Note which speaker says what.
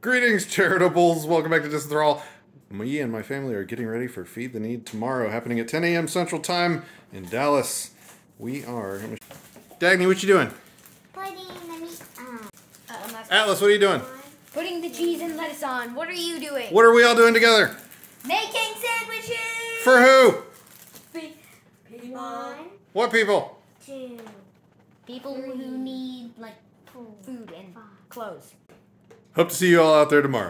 Speaker 1: Greetings, charitables. Welcome back to Distance Thrall. Me and my family are getting ready for Feed the Need tomorrow, happening at 10 a.m. Central Time in Dallas. We are. Dagny, what you doing?
Speaker 2: Putting the meat on.
Speaker 1: Atlas, what are you doing?
Speaker 3: Putting the cheese and lettuce on. What are you doing?
Speaker 1: What are we all doing together?
Speaker 3: Making sandwiches.
Speaker 1: For who?
Speaker 2: One,
Speaker 1: What people?
Speaker 2: two,
Speaker 3: People who need like
Speaker 2: four.
Speaker 3: food and clothes.
Speaker 1: Hope to see you all out there tomorrow.